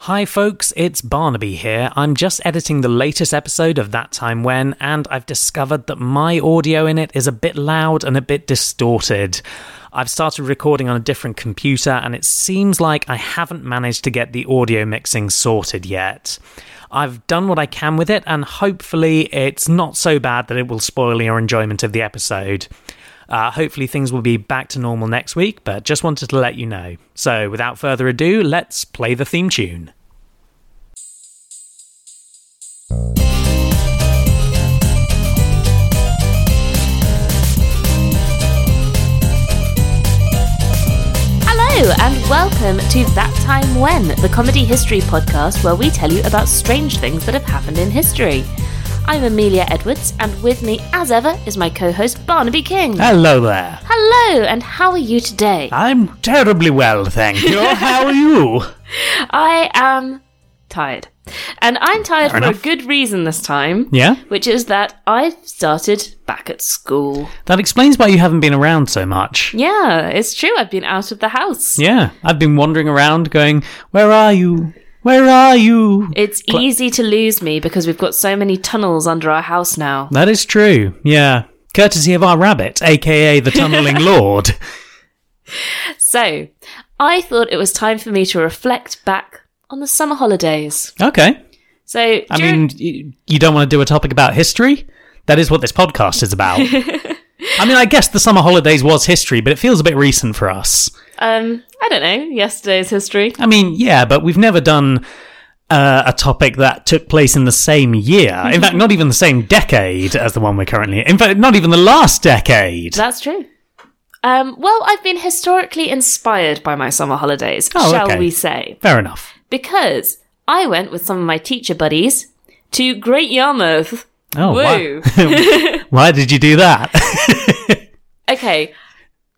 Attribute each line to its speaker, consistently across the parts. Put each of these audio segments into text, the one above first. Speaker 1: Hi, folks, it's Barnaby here. I'm just editing the latest episode of That Time When, and I've discovered that my audio in it is a bit loud and a bit distorted. I've started recording on a different computer, and it seems like I haven't managed to get the audio mixing sorted yet. I've done what I can with it, and hopefully, it's not so bad that it will spoil your enjoyment of the episode. Uh, hopefully, things will be back to normal next week, but just wanted to let you know. So, without further ado, let's play the theme tune.
Speaker 2: Hello, and welcome to That Time When, the comedy history podcast where we tell you about strange things that have happened in history. I'm Amelia Edwards, and with me, as ever, is my co host Barnaby King.
Speaker 1: Hello there.
Speaker 2: Hello, and how are you today?
Speaker 1: I'm terribly well, thank you. How are you?
Speaker 2: I am tired. And I'm tired for a good reason this time.
Speaker 1: Yeah?
Speaker 2: Which is that I've started back at school.
Speaker 1: That explains why you haven't been around so much.
Speaker 2: Yeah, it's true. I've been out of the house.
Speaker 1: Yeah, I've been wandering around going, Where are you? Where are you?
Speaker 2: It's easy to lose me because we've got so many tunnels under our house now.
Speaker 1: That is true, yeah. Courtesy of our rabbit, aka the Tunneling Lord.
Speaker 2: So, I thought it was time for me to reflect back on the summer holidays.
Speaker 1: Okay.
Speaker 2: So,
Speaker 1: I
Speaker 2: during-
Speaker 1: mean, y- you don't want to do a topic about history? That is what this podcast is about. I mean, I guess the summer holidays was history, but it feels a bit recent for us.
Speaker 2: um, I don't know, yesterday's history.
Speaker 1: I mean, yeah, but we've never done uh, a topic that took place in the same year.
Speaker 2: Mm-hmm.
Speaker 1: In fact, not even the same decade as the one we're currently in. In fact, not even the last decade.
Speaker 2: That's true. Um, well, I've been historically inspired by my summer holidays,
Speaker 1: Oh,
Speaker 2: shall
Speaker 1: okay.
Speaker 2: we say?
Speaker 1: Fair enough.
Speaker 2: Because I went with some of my teacher buddies to Great Yarmouth.
Speaker 1: Oh,
Speaker 2: Woo.
Speaker 1: why- why did you do that?
Speaker 2: Okay.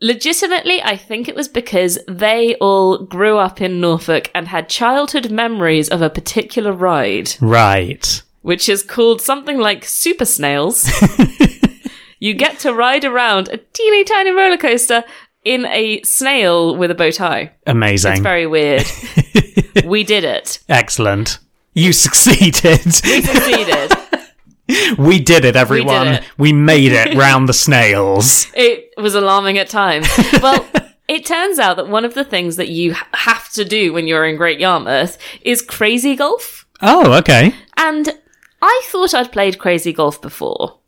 Speaker 2: Legitimately, I think it was because they all grew up in Norfolk and had childhood memories of a particular ride.
Speaker 1: right.
Speaker 2: which is called something like Super Snails. you get to ride around a teeny tiny roller coaster in a snail with a bow tie. It's
Speaker 1: Amazing.
Speaker 2: very weird. we did it.
Speaker 1: Excellent. You succeeded.
Speaker 2: We succeeded.
Speaker 1: we did it, everyone.
Speaker 2: it.
Speaker 1: We made it round the snails.
Speaker 2: it was alarming at times. Well, it turns out that one of the things that you ha- have to do when you're in Great Yarmouth is crazy golf.
Speaker 1: Oh, okay.
Speaker 2: And I thought I'd played crazy golf before.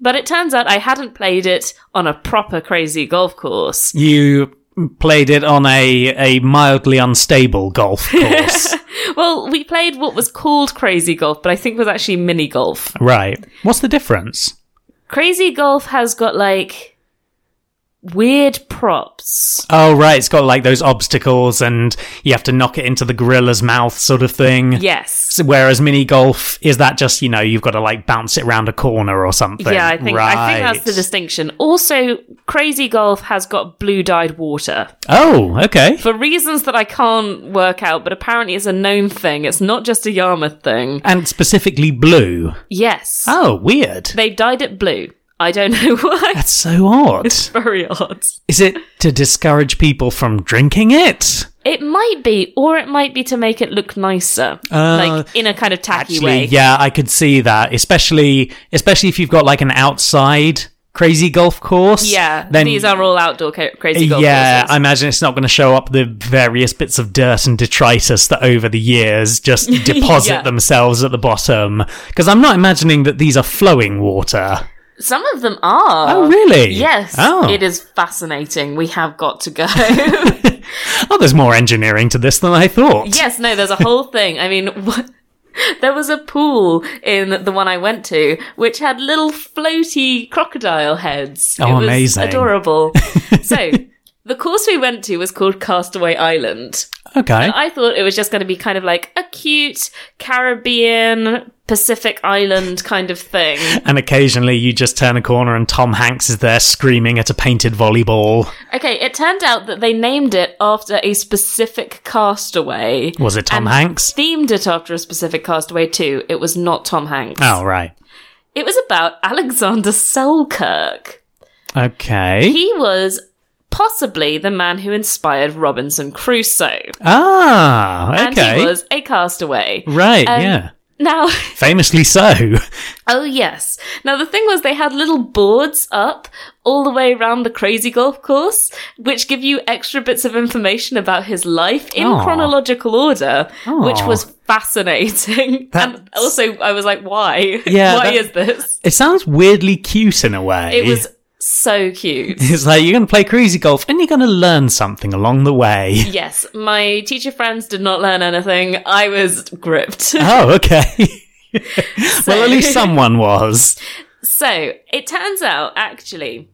Speaker 2: But it turns out I hadn't played it on a proper crazy golf course.
Speaker 1: You played it on a, a mildly unstable golf course.
Speaker 2: Well, we played what was called crazy golf, but I think was actually mini golf.
Speaker 1: right. What's the difference?
Speaker 2: Crazy golf has got like weird props.
Speaker 1: Oh, right. It's got like those obstacles and you have to knock it into the gorilla's mouth sort of thing.
Speaker 2: Yes.
Speaker 1: So Whereas mini golf is that just you know you've got to like bounce it round a corner or something.
Speaker 2: Yeah, I think I think that's the
Speaker 1: Right.
Speaker 2: distinction. Also, crazy golf has got blue-dyed water
Speaker 1: Oh, okay.
Speaker 2: for reasons that I can't work out, but apparently it's a known thing. It's not just a Yarmouth thing.
Speaker 1: And specifically blue.
Speaker 2: Yes.
Speaker 1: Oh, weird.
Speaker 2: They dyed it blue. I don't know why.
Speaker 1: That's so odd.
Speaker 2: Very odd.
Speaker 1: Is it to discourage people from drinking it?
Speaker 2: It might be, or it might be to make it look nicer,
Speaker 1: Uh,
Speaker 2: like in a kind of tacky
Speaker 1: Actually,
Speaker 2: way.
Speaker 1: yeah, I could see that, especially especially if you've got like an outside crazy golf course.
Speaker 2: Yeah,
Speaker 1: then
Speaker 2: these are all outdoor ca- crazy golf
Speaker 1: yeah, I
Speaker 2: courses.
Speaker 1: imagine it's not going to show up the various bits of dirt and detritus that over the years just deposit
Speaker 2: Yeah.
Speaker 1: themselves at the bottom. Because I'm not imagining that these are flowing water.
Speaker 2: Some of them are.
Speaker 1: Oh, really?
Speaker 2: Yes.
Speaker 1: Oh.
Speaker 2: It is fascinating. We have got to go.
Speaker 1: Oh, there's more engineering to this than I thought.
Speaker 2: yes, no, there's a whole thing. I mean, what? there was a pool in the one I went to which had little floaty crocodile heads.
Speaker 1: Oh,
Speaker 2: it was
Speaker 1: amazing.
Speaker 2: Adorable. so, the course we went to was called Castaway Island.
Speaker 1: Okay.
Speaker 2: I thought it was just going to be kind of like a cute Caribbean Pacific island kind of thing.
Speaker 1: And occasionally you just turn a corner and Tom Hanks is there screaming at a painted volleyball.
Speaker 2: Okay, it turned out that they named it after a specific castaway.
Speaker 1: Was it Tom
Speaker 2: And
Speaker 1: Hanks?
Speaker 2: Themed it after a specific castaway too. It was not Tom Hanks.
Speaker 1: Oh, right.
Speaker 2: It was about Alexander Selkirk.
Speaker 1: Okay.
Speaker 2: He was possibly the man who inspired Robinson Crusoe.
Speaker 1: Ah,
Speaker 2: And he
Speaker 1: okay.
Speaker 2: was a castaway.
Speaker 1: right,
Speaker 2: Um,
Speaker 1: yeah.
Speaker 2: Now,
Speaker 1: Famously so.
Speaker 2: oh yes. Now the thing was they had little boards up all the way around the crazy golf course, which give you extra bits of information about his life in
Speaker 1: Aw.
Speaker 2: chronological order, which
Speaker 1: Aw.
Speaker 2: was fascinating. And
Speaker 1: That's-
Speaker 2: also I was like, why?
Speaker 1: Yeah,
Speaker 2: why
Speaker 1: that-
Speaker 2: is this?
Speaker 1: It sounds weirdly cute in a way.
Speaker 2: It was so cute.
Speaker 1: It's like you're going to play crazy golf and you're going to learn something along the way.
Speaker 2: Yes, my teacher friends did not learn anything. I was gripped.
Speaker 1: Oh, okay. well, at least someone was.
Speaker 2: So it turns out, actually,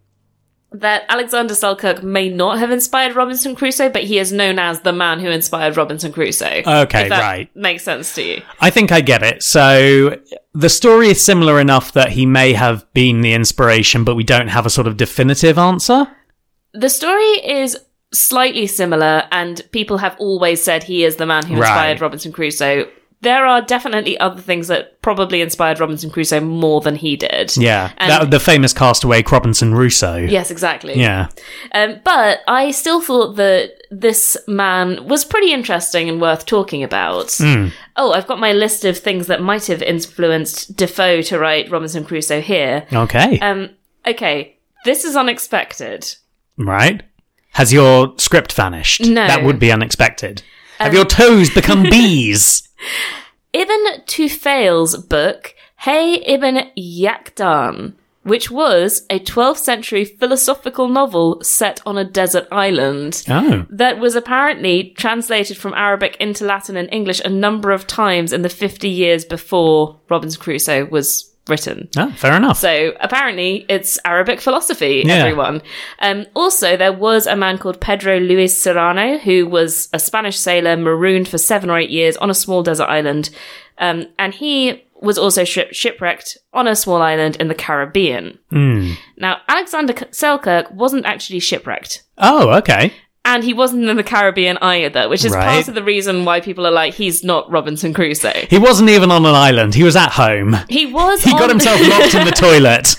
Speaker 2: that Alexander Selkirk may not have inspired Robinson Crusoe, but he is known as the man who inspired Robinson Crusoe.
Speaker 1: Okay,
Speaker 2: If that
Speaker 1: right.
Speaker 2: Makes sense to you.
Speaker 1: I think I get it. So the story is similar enough that he may have been the inspiration, but we don't have a sort of definitive answer.
Speaker 2: The story is slightly similar, and people have always said he is the man who inspired
Speaker 1: Right.
Speaker 2: Robinson Crusoe. There are definitely other things that probably inspired Robinson Crusoe more than he did.
Speaker 1: Yeah.
Speaker 2: And-
Speaker 1: that, the famous castaway Robinson Crusoe.
Speaker 2: Yes, exactly.
Speaker 1: Yeah.
Speaker 2: Um, but I still thought that this man was pretty interesting and worth talking about. Oh, I've got my list of things that might have influenced Defoe to write Robinson Crusoe here.
Speaker 1: Okay.
Speaker 2: Um, okay, this is unexpected.
Speaker 1: right. Has your script vanished?
Speaker 2: No. Um,
Speaker 1: That would be unexpected. have your toes become bees?
Speaker 2: Ibn Tufail's book, Hey Ibn Yakdan, which was a 12th century philosophical novel set on a desert island.
Speaker 1: Oh.
Speaker 2: that was apparently translated from Arabic into Latin and English a number of times in the 50 years before Robinson Crusoe was written.
Speaker 1: Oh, fair enough.
Speaker 2: So apparently it's Arabic philosophy,
Speaker 1: Yeah.
Speaker 2: everyone. Um, also, there was a man called Pedro Luis Serrano who was a Spanish sailor marooned for seven or eight years on a small desert island. Um, and he was also ship- shipwrecked on a small island in the Caribbean. Now, Alexander K- Selkirk wasn't actually shipwrecked
Speaker 1: oh, okay.
Speaker 2: and he wasn't in the Caribbean either, which is
Speaker 1: Right.
Speaker 2: part of the reason why people are like, he's not Robinson Crusoe.
Speaker 1: He wasn't even on an island. He was at home.
Speaker 2: He was.
Speaker 1: He
Speaker 2: on-
Speaker 1: got himself locked in the toilet.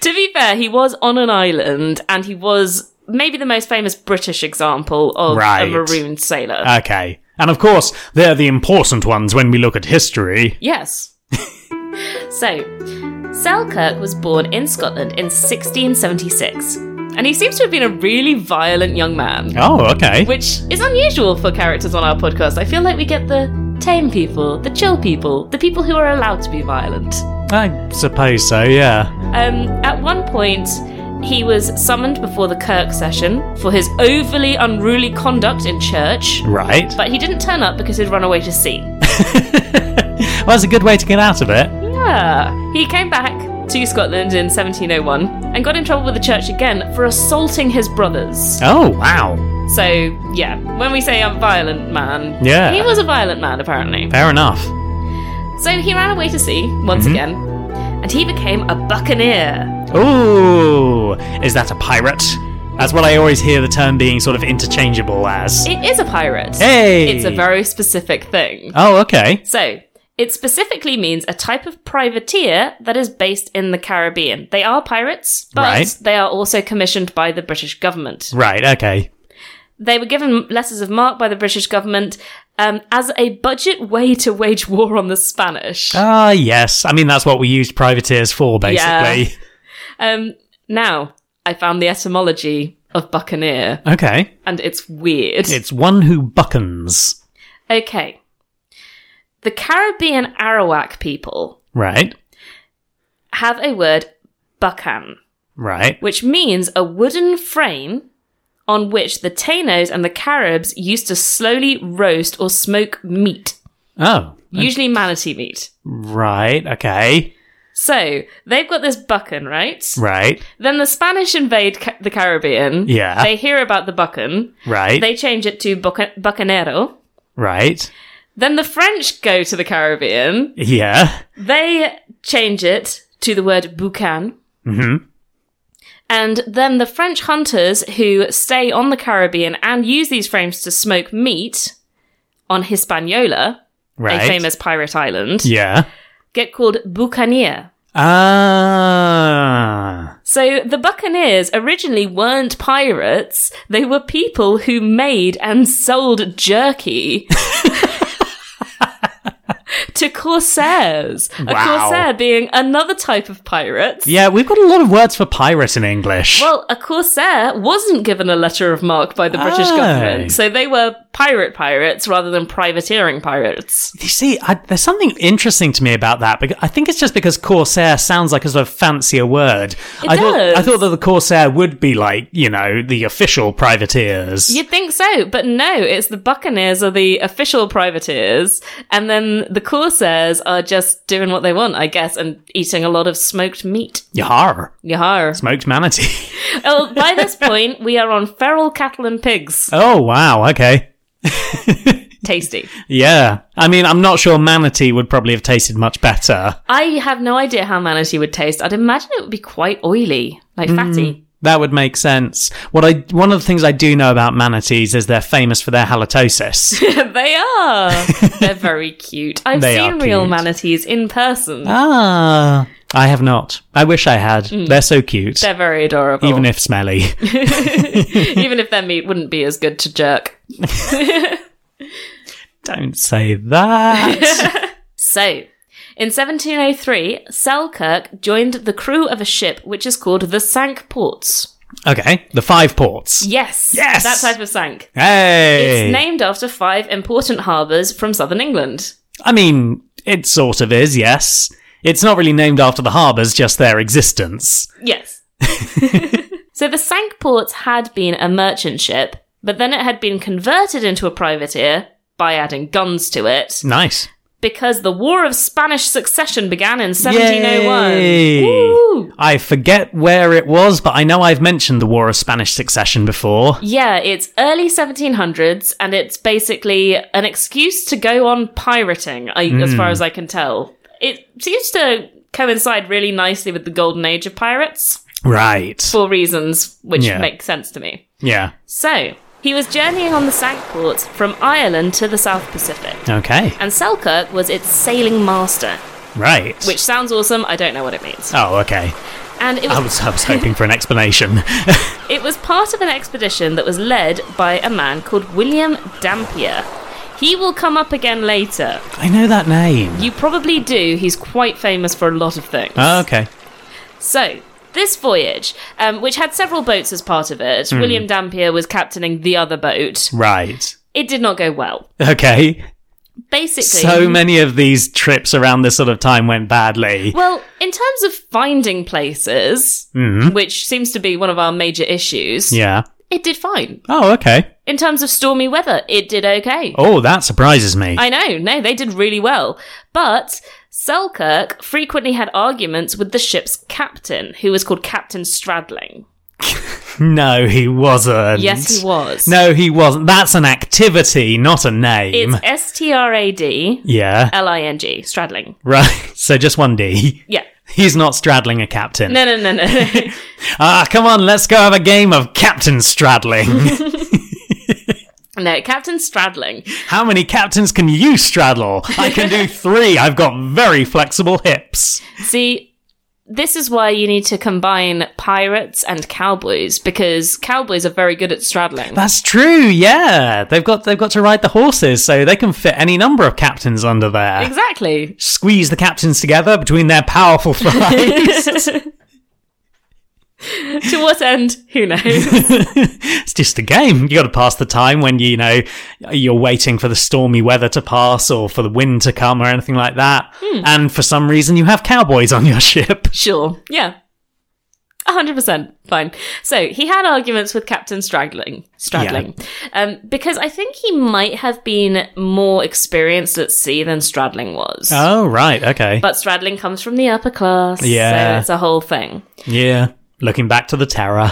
Speaker 2: to be fair, he was on an island, and he was maybe the most famous British example of
Speaker 1: Right. Uh,
Speaker 2: a marooned sailor.
Speaker 1: Okay. And of course, they're the important ones when we look at history.
Speaker 2: yes. so, Selkirk was born in Scotland in 1676, and he seems to have been a really violent young man.
Speaker 1: Oh, okay.
Speaker 2: Which is unusual for characters on our podcast. I feel like we get the tame people, the chill people, the people who are allowed to be violent.
Speaker 1: I suppose so, yeah.
Speaker 2: Um, at one point, he was summoned before the Kirk session for his overly unruly conduct in church,
Speaker 1: Right.
Speaker 2: but he didn't turn up because he'd run away to sea.
Speaker 1: Well, that's a good way to get out of it.
Speaker 2: Yeah. He came back to Scotland in 1701 and got in trouble with the church again for assaulting his brothers.
Speaker 1: Oh, wow.
Speaker 2: So, yeah, when we say a violent man,
Speaker 1: Yeah.
Speaker 2: he was a violent man apparently.
Speaker 1: Fair enough.
Speaker 2: So he ran away to sea once
Speaker 1: Mm-hmm.
Speaker 2: again, and he became a buccaneer.
Speaker 1: Ooh, is that a pirate? That's what I always hear the term being sort of interchangeable as.
Speaker 2: It is a pirate.
Speaker 1: Hey!
Speaker 2: It's a very specific thing.
Speaker 1: Oh, okay.
Speaker 2: So, it specifically means a type of privateer that is based in the Caribbean. They are pirates, but
Speaker 1: Right.
Speaker 2: they are also commissioned by the British government.
Speaker 1: Right, okay.
Speaker 2: They were given letters of marque by the British government um, as a budget way to wage war on the Spanish.
Speaker 1: Ah, yes. I mean, that's what we used privateers for, basically.
Speaker 2: Um, now, I found the etymology of buccaneer,
Speaker 1: Okay.
Speaker 2: and it's weird.
Speaker 1: It's one who buckens.
Speaker 2: Okay. The Caribbean Arawak people
Speaker 1: Right,
Speaker 2: have a word buccan,
Speaker 1: right.
Speaker 2: which means a wooden frame on which the Tainos and the Caribs used to slowly roast or smoke meat,
Speaker 1: Oh,
Speaker 2: usually manatee meat.
Speaker 1: right, okay.
Speaker 2: So they've got this buccan, right?
Speaker 1: Right,
Speaker 2: Then the Spanish invade ca- the Caribbean.
Speaker 1: Yeah.
Speaker 2: They hear about the buccan.
Speaker 1: right,
Speaker 2: They change it to bucca- buccanero.
Speaker 1: right.
Speaker 2: Then the French go to the Caribbean.
Speaker 1: Yeah.
Speaker 2: They change it to the word boucan.
Speaker 1: Mhm.
Speaker 2: And then the French hunters who stay on the Caribbean and use these frames to smoke meat on Hispaniola,
Speaker 1: Right.
Speaker 2: a famous pirate island,
Speaker 1: Yeah.
Speaker 2: get called boucanier.
Speaker 1: Ah.
Speaker 2: So the Buccaneers originally weren't pirates. They were people who made and sold jerky to corsairs. A
Speaker 1: Wow.
Speaker 2: corsair being another type of pirate.
Speaker 1: Yeah, we've got a lot of words for pirate in English.
Speaker 2: Well, a corsair wasn't given a letter of marque by the British
Speaker 1: Oh.
Speaker 2: government, so they were pirate pirates rather than privateering pirates.
Speaker 1: you see, I, there's something interesting to me about that. Because I think it's just because corsair sounds like a sort of fancier word.
Speaker 2: It
Speaker 1: I thought I
Speaker 2: does.
Speaker 1: thought that the corsair would be like you know the official privateers.
Speaker 2: You'd think so, but no, it's the buccaneers are the official privateers, and then the corsairs are just doing what they want, I guess, and eating a lot of smoked meat.
Speaker 1: Yar,
Speaker 2: Yahar.
Speaker 1: smoked manatee.
Speaker 2: oh, by this point, we are on feral cattle and pigs.
Speaker 1: oh wow, okay,
Speaker 2: Tasty.
Speaker 1: yeah. I mean, I'm not sure manatee would probably have tasted much better.
Speaker 2: I have no idea how manatee would taste. I'd imagine it would be quite oily, like fatty.
Speaker 1: That would make sense. What I one of the things I do know about manatees is they're famous for their halitosis.
Speaker 2: they are. They're very cute. I've
Speaker 1: They are
Speaker 2: seen real
Speaker 1: cute.
Speaker 2: manatees in person.
Speaker 1: ah, I have not. I wish I had. They're so cute,
Speaker 2: Mm. They're very adorable.
Speaker 1: even if smelly.
Speaker 2: Even if their meat wouldn't be as good to jerk.
Speaker 1: Don't say that.
Speaker 2: So, in 1703, Selkirk joined the crew of a ship which is called the Sank Ports.
Speaker 1: okay, the five ports.
Speaker 2: Yes.
Speaker 1: Yes!
Speaker 2: That type of sank.
Speaker 1: Hey,
Speaker 2: It's named after five important harbours from southern England.
Speaker 1: I mean, it sort of is. Yes, it's not really named after the harbors, just their existence.
Speaker 2: Yes. so the Sank Ports had been a merchant ship, but then it had been converted into a privateer by adding guns to it
Speaker 1: Nice.
Speaker 2: because the War of Spanish Succession began in 1701.
Speaker 1: Yay.
Speaker 2: Woo!
Speaker 1: I forget where it was, but I know I've mentioned the War of Spanish Succession before.
Speaker 2: Yeah, it's early 1700s, and it's basically an excuse to go on pirating, I, as
Speaker 1: Hmm.
Speaker 2: far as I can tell. It seems to coincide really nicely with the golden age of pirates
Speaker 1: Right.
Speaker 2: for reasons which
Speaker 1: Yeah.
Speaker 2: make sense to me.
Speaker 1: Yeah.
Speaker 2: So, he was journeying on the Sankports from Ireland to the South Pacific,
Speaker 1: Okay.
Speaker 2: and Selkirk was its sailing master,
Speaker 1: Right.
Speaker 2: which sounds awesome. I don't know what it means.
Speaker 1: Oh, okay.
Speaker 2: And it
Speaker 1: I
Speaker 2: was,
Speaker 1: was, I was hoping for an explanation.
Speaker 2: It was part of an expedition that was led by a man called William Dampier. He will come up again later.
Speaker 1: I know that name.
Speaker 2: You probably do. He's quite famous for a lot of things.
Speaker 1: Oh, okay.
Speaker 2: So, this voyage, um, which had several boats as part of it,
Speaker 1: Hmm.
Speaker 2: William Dampier was captaining the other boat.
Speaker 1: Right.
Speaker 2: It did not go well.
Speaker 1: Okay.
Speaker 2: Basically,
Speaker 1: So many of these trips around this sort of time went badly.
Speaker 2: Well, in terms of finding places,
Speaker 1: Mhm.
Speaker 2: which seems to be one of our major issues,
Speaker 1: Yeah.
Speaker 2: it did fine.
Speaker 1: Oh, okay.
Speaker 2: In terms of stormy weather, it did okay.
Speaker 1: Oh, that surprises me.
Speaker 2: I know, no, they did really well. But Selkirk frequently had arguments with the ship's captain, who was called Captain Stradling.
Speaker 1: No, he wasn't.
Speaker 2: Yes, he was.
Speaker 1: Mm-hmm. No, he wasn't. That's an activity, not a name.
Speaker 2: It's S T R A D
Speaker 1: yeah.
Speaker 2: L I N G, Stradling.
Speaker 1: Right. So just one D.
Speaker 2: Yeah.
Speaker 1: He's not straddling a captain.
Speaker 2: No, no, no, no.
Speaker 1: Ah, come on, let's go have a game of captain straddling.
Speaker 2: no, Captain Stradling.
Speaker 1: How many captains can you straddle? I can do three. I've got very flexible hips.
Speaker 2: See, this is why you need to combine pirates and cowboys because cowboys are very good at straddling.
Speaker 1: That's true. Yeah, they've got they've got to ride the horses, so they can fit any number of captains under there.
Speaker 2: exactly.
Speaker 1: Squeeze the captains together between their powerful thighs.
Speaker 2: to what end? Who knows?
Speaker 1: it's just a game. You got to pass the time when you know you're waiting for the stormy weather to pass or for the wind to come or anything like that. And for some reason, you have cowboys on your ship.
Speaker 2: sure. Yeah. 100% fine. So he had arguments with Captain Straggling, Straddling, um, because I think he might have been more experienced at sea than Straddling was.
Speaker 1: Oh right, okay,
Speaker 2: But Straddling comes from the upper class,
Speaker 1: Yeah.
Speaker 2: so it's a whole thing.
Speaker 1: yeah. Looking back to the terror.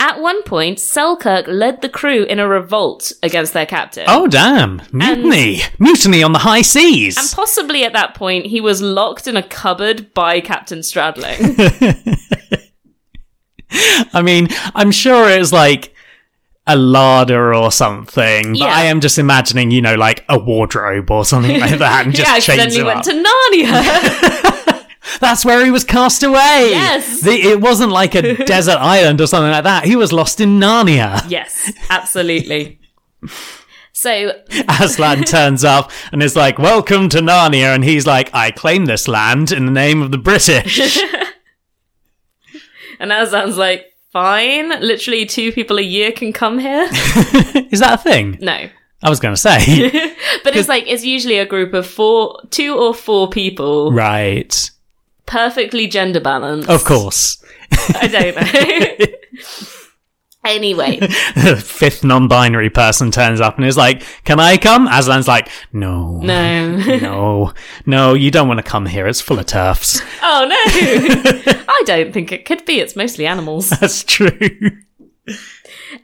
Speaker 2: At one point, Selkirk led the crew in a revolt against their captain.
Speaker 1: Oh damn! Mutiny, mutiny on the high seas.
Speaker 2: And possibly at that point, he was locked in a cupboard by Captain Stradling.
Speaker 1: I mean, I'm sure it's like a larder or something, but
Speaker 2: Yeah.
Speaker 1: I am just imagining, you know, like a wardrobe or something like that, and
Speaker 2: yeah,
Speaker 1: just chains
Speaker 2: accidentally
Speaker 1: it
Speaker 2: went
Speaker 1: up.
Speaker 2: to Narnia.
Speaker 1: That's where he was cast away.
Speaker 2: Yes.
Speaker 1: The- it wasn't like a desert island or something like that. He was lost in Narnia.
Speaker 2: Yes, absolutely. so
Speaker 1: Aslan turns up and is like, Welcome to Narnia. And he's like, I claim this land in the name of the British.
Speaker 2: And Azan's like, fine, literally two people a year can come here.
Speaker 1: is that a thing?
Speaker 2: No.
Speaker 1: I was going to say.
Speaker 2: But it's like, it's usually a group of four, two or four people,
Speaker 1: right.
Speaker 2: perfectly gender balanced.
Speaker 1: Of course.
Speaker 2: I don't know. anyway,
Speaker 1: Fifth non binary person turns up and is like, Can I come? Aslan's like, No.
Speaker 2: no.
Speaker 1: No, no, you don't want to come here. It's full of turfs.
Speaker 2: oh, no. I don't think it could be. It's mostly animals.
Speaker 1: That's true.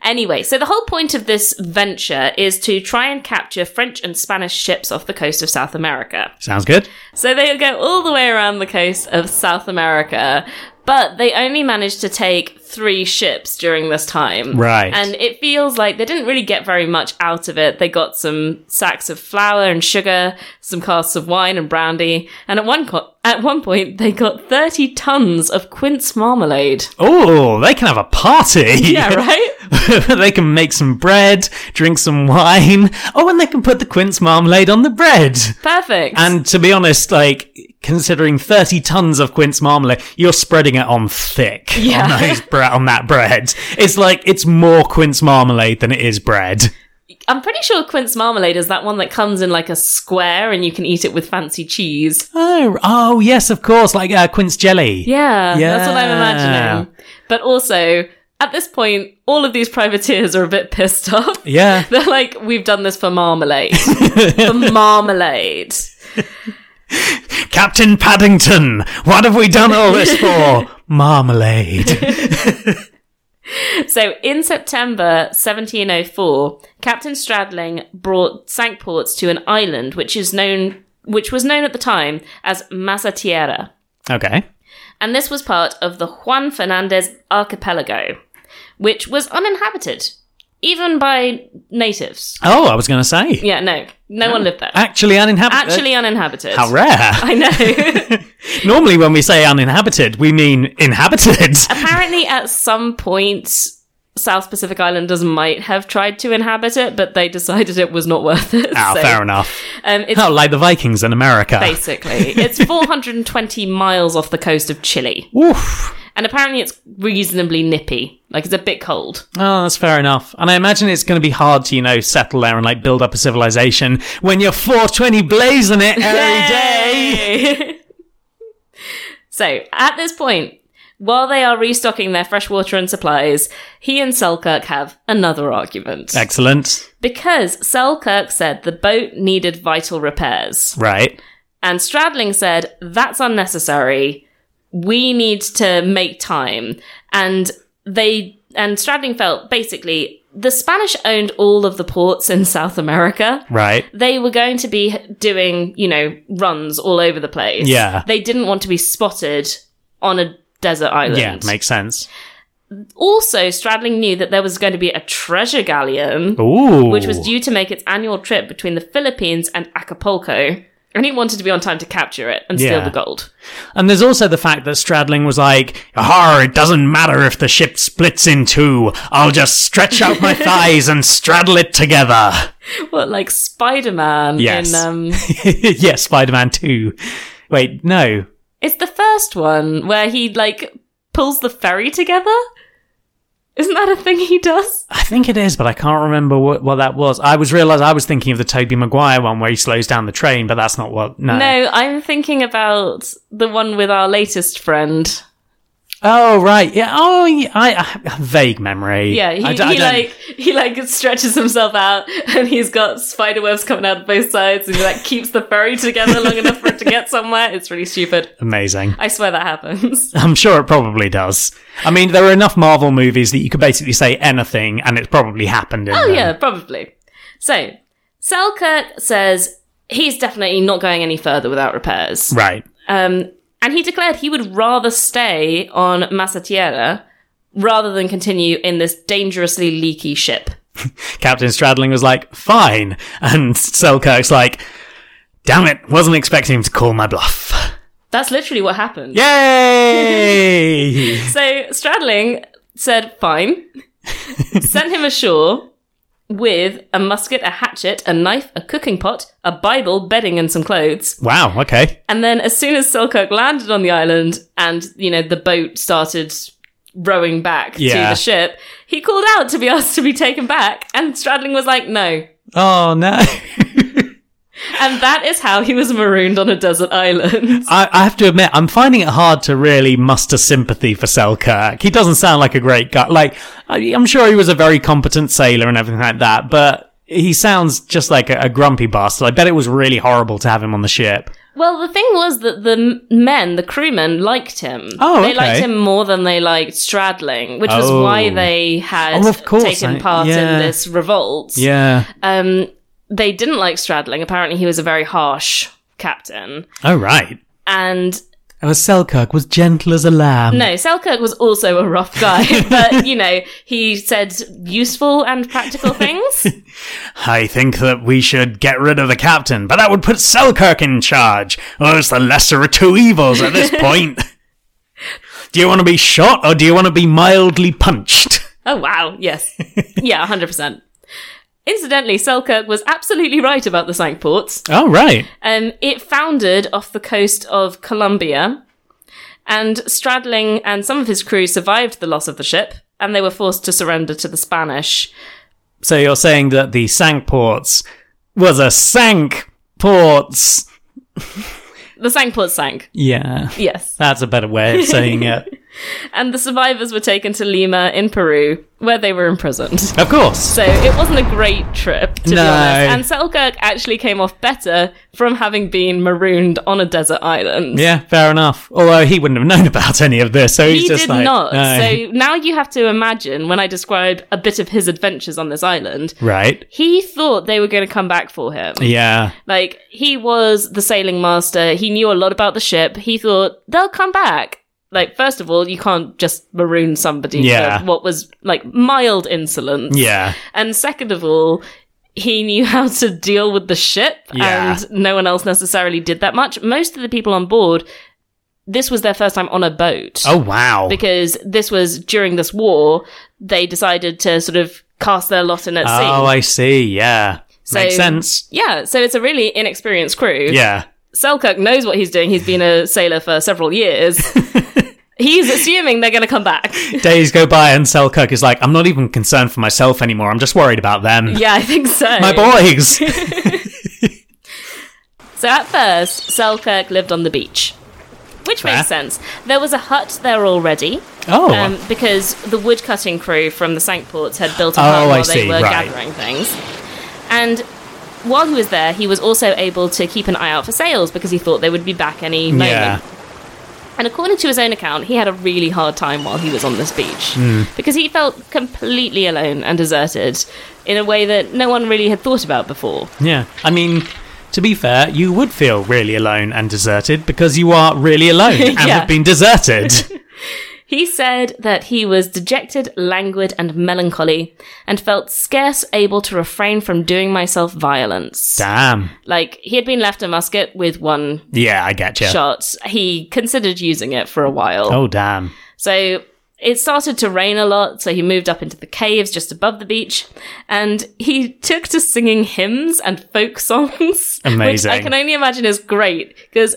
Speaker 2: Anyway, so the whole point of this venture is to try and capture French and Spanish ships off the coast of South America.
Speaker 1: Sounds good.
Speaker 2: So they go all the way around the coast of South America, but they only managed to take three ships during this time.
Speaker 1: Right.
Speaker 2: And it feels like they didn't really get very much out of it. They got some sacks of flour and sugar, some casks of wine and brandy, and at one co- at one point they got 30 tons of quince marmalade.
Speaker 1: Oh, they can have a party.
Speaker 2: Yeah, right?
Speaker 1: they can make some bread, drink some wine. Oh, and they can put the quince marmalade on the bread.
Speaker 2: Perfect.
Speaker 1: And to be honest, like considering thirty tons of quince marmalade, you're spreading it on thick
Speaker 2: Yeah.
Speaker 1: on those bre- on that bread. It's like it's more quince marmalade than it is bread.
Speaker 2: I'm pretty sure quince marmalade is that one that comes in like a square and you can eat it with fancy cheese.
Speaker 1: Oh, oh yes, of course, like uh, quince jelly.
Speaker 2: Yeah, that's what I'm
Speaker 1: Yeah.
Speaker 2: imagining. But also, at this point, all of these privateers are a bit pissed off.
Speaker 1: Yeah.
Speaker 2: They're like, we've done this for marmalade. for marmalade.
Speaker 1: Captain Paddington, what have we done all this for? Marmalade.
Speaker 2: So in September 1704, Captain Stradling brought Sankports to an island which is known which was known at the time as Masa Tierra.
Speaker 1: Okay.
Speaker 2: And this was part of the Juan Fernandez archipelago, which was uninhabited, even by natives.
Speaker 1: Oh, I was going to say.
Speaker 2: Yeah, no, no one lived there.
Speaker 1: Actually uninhabited.
Speaker 2: Actually uninhabited.
Speaker 1: How rare.
Speaker 2: I know.
Speaker 1: Normally, when we say uninhabited, we mean inhabited.
Speaker 2: Apparently, at some point, South Pacific Islanders might have tried to inhabit it, but they decided it was not worth it.
Speaker 1: Ah,
Speaker 2: so,
Speaker 1: fair enough.
Speaker 2: Um, it's
Speaker 1: Oh, like the Vikings in America.
Speaker 2: basically it's 420 miles off the coast of Chile,
Speaker 1: Oof.
Speaker 2: and apparently it's reasonably nippy. Like it's a bit cold.
Speaker 1: Oh, that's fair enough. And I imagine it's going to be hard to, you know, settle there and like build up a civilization when you're 420 blazing it every day.
Speaker 2: Yay! so at this point, while they are restocking their fresh water and supplies, he and Selkirk have another argument.
Speaker 1: Excellent.
Speaker 2: Because Selkirk said the boat needed vital repairs.
Speaker 1: Right.
Speaker 2: And Stradling said, that's unnecessary. We need to make time. And they, and Stradling felt basically the Spanish owned all of the ports in South America.
Speaker 1: Right.
Speaker 2: They were going to be doing, you know, runs all over the place.
Speaker 1: Yeah.
Speaker 2: They didn't want to be spotted on a desert island.
Speaker 1: Yeah, makes sense.
Speaker 2: also, Stradling knew that there was going to be a treasure galleon
Speaker 1: Ooh.
Speaker 2: which was due to make its annual trip between the Philippines and Acapulco, and he wanted to be on time to capture it and steal
Speaker 1: Yeah.
Speaker 2: the gold.
Speaker 1: And there's also the fact that Stradling was like, "Ah, it doesn't matter if the ship splits in two. I'll just stretch out my thighs and straddle it together."
Speaker 2: What, like Spider Man?
Speaker 1: Yes.
Speaker 2: In, um,
Speaker 1: yes, Spider-Man 2. Wait, no.
Speaker 2: it's the first one where he, like, pulls the ferry together? Isn't that a thing he does?
Speaker 1: I think it is, but I can't remember what, what that was. I was realized I was thinking of the Toby Maguire one where he slows down the train, but that's not what. No.
Speaker 2: No, I'm thinking about the one with our latest friend.
Speaker 1: Oh right, yeah. Oh, yeah, I, I have a vague memory.
Speaker 2: Yeah, he,
Speaker 1: I d- I
Speaker 2: he
Speaker 1: don't-
Speaker 2: like he like stretches himself out, and he's got spider webs coming out of both sides, and he like keeps the ferry together long enough for it to get somewhere. It's really stupid.
Speaker 1: amazing.
Speaker 2: I swear that happens.
Speaker 1: I'm sure it probably does. I mean, there are enough Marvel movies that you could basically say anything, and it's probably happened. In
Speaker 2: Oh yeah, probably. So Selkirk says he's definitely not going any further without repairs.
Speaker 1: Right.
Speaker 2: Um, and he declared he would rather stay on Masatiera rather than continue in this dangerously leaky ship.
Speaker 1: Captain Stradling was like, fine. And Selkirk's like, damn it, wasn't expecting him to call my bluff.
Speaker 2: That's literally what happened.
Speaker 1: Yay!
Speaker 2: So Stradling said, fine, sent him ashore with a musket, a hatchet, a knife, a cooking pot, a Bible, bedding, and some clothes.
Speaker 1: wow, okay.
Speaker 2: And then as soon as Selkirk landed on the island and, you know, the boat started rowing back to
Speaker 1: Yeah.
Speaker 2: the ship, he called out to be asked to be taken back. And Stradling was like, no.
Speaker 1: Oh no.
Speaker 2: And that is how he was marooned on a desert island.
Speaker 1: I, I have to admit, I'm finding it hard to really muster sympathy for Selkirk. He doesn't sound like a great guy. Like, I, I'm sure he was a very competent sailor and everything like that, but he sounds just like a, a grumpy bastard. I bet it was really horrible to have him on the ship.
Speaker 2: Well, the thing was that the m- men, the crewmen, liked him.
Speaker 1: Oh,
Speaker 2: They liked
Speaker 1: okay.
Speaker 2: him more than they liked Stradling, which was
Speaker 1: Oh.
Speaker 2: why they had
Speaker 1: Oh, of course,
Speaker 2: taken
Speaker 1: I-
Speaker 2: part
Speaker 1: yeah.
Speaker 2: in this revolt.
Speaker 1: Yeah.
Speaker 2: Um, they didn't like Stradling. Apparently, he was a very harsh captain.
Speaker 1: Oh, right.
Speaker 2: And
Speaker 1: Oh, Selkirk was gentle as a lamb.
Speaker 2: no, Selkirk was also a rough guy, but you know, he said useful and practical things.
Speaker 1: I think that we should get rid of the captain, but that would put Selkirk in charge. Oh, it's the lesser of two evils at this point. do you want to be shot or do you want to be mildly punched?
Speaker 2: Oh wow, yes. Yeah, 100%. Incidentally, Selkirk was absolutely right about the sank ports.
Speaker 1: Oh, right.
Speaker 2: Um, it foundered off the coast of Colombia, and Stradling and some of his crew survived the loss of the ship, and they were forced to surrender to the Spanish.
Speaker 1: So you're saying that the sank ports was a sank ports.
Speaker 2: The Sangport sank,
Speaker 1: Yeah.
Speaker 2: yes.
Speaker 1: That's a better way of saying it.
Speaker 2: And the survivors were taken to Lima in Peru, where they were imprisoned.
Speaker 1: Of course.
Speaker 2: So it wasn't a great trip, to be
Speaker 1: No.
Speaker 2: honest. And Selkirk actually came off better from having been marooned on a desert island.
Speaker 1: Yeah, fair enough. Although he wouldn't have known about any of this, so he's
Speaker 2: He
Speaker 1: just
Speaker 2: did
Speaker 1: like, "Oh."
Speaker 2: not.
Speaker 1: no.
Speaker 2: So now you have to imagine when I describe a bit of his adventures on this island,
Speaker 1: right.
Speaker 2: he thought they were going to come back for him.
Speaker 1: Yeah.
Speaker 2: Like, he was the sailing master. He knew a lot about the ship. He thought, they'll come back. Like, first of all, you can't just maroon somebody
Speaker 1: Yeah.
Speaker 2: for what was, like, mild insolence.
Speaker 1: Yeah.
Speaker 2: And second of all, he knew how to deal with the ship,
Speaker 1: Yeah.
Speaker 2: and no one else necessarily did that much. Most of the people on board, this was their first time on a boat
Speaker 1: Oh wow.
Speaker 2: because this was during this war. They decided to sort of cast their lot in at sea.
Speaker 1: Oh, I see. Yeah.
Speaker 2: So-
Speaker 1: Makes sense.
Speaker 2: Yeah, so it's a really inexperienced crew.
Speaker 1: Yeah.
Speaker 2: Selkirk knows what he's doing. He's been a sailor for several years. he's assuming they're going to come back.
Speaker 1: Days go by and Selkirk is like, I'm not even concerned for myself anymore. I'm just worried about them.
Speaker 2: Yeah, I think so.
Speaker 1: My boys.
Speaker 2: so at first, Selkirk lived on the beach, which
Speaker 1: Fair.
Speaker 2: makes sense. There was a hut there already.
Speaker 1: oh.
Speaker 2: Um, because the woodcutting crew from the Sankports had built a
Speaker 1: Oh,
Speaker 2: hut
Speaker 1: I
Speaker 2: while they
Speaker 1: see,
Speaker 2: were
Speaker 1: right.
Speaker 2: gathering things. And while he was there, he was also able to keep an eye out for sails because he thought they would be back any moment.
Speaker 1: yeah.
Speaker 2: And according to his own account, he had a really hard time while he was on this beach
Speaker 1: Hmm.
Speaker 2: because he felt completely alone and deserted in a way that no one really had thought about before.
Speaker 1: Yeah. I mean, to be fair, you would feel really alone and deserted because you are really alone and
Speaker 2: Yeah.
Speaker 1: have been deserted.
Speaker 2: He said that he was dejected, languid, and melancholy, and felt scarce able to refrain from doing myself violence.
Speaker 1: Damn.
Speaker 2: Like, he had been left a musket with one
Speaker 1: Yeah, I get you.
Speaker 2: shot. He considered using it for a while.
Speaker 1: Oh, damn.
Speaker 2: So it started to rain a lot, so he moved up into the caves just above the beach, and he took to singing hymns and folk songs.
Speaker 1: Amazing.
Speaker 2: Which I can only imagine is great, because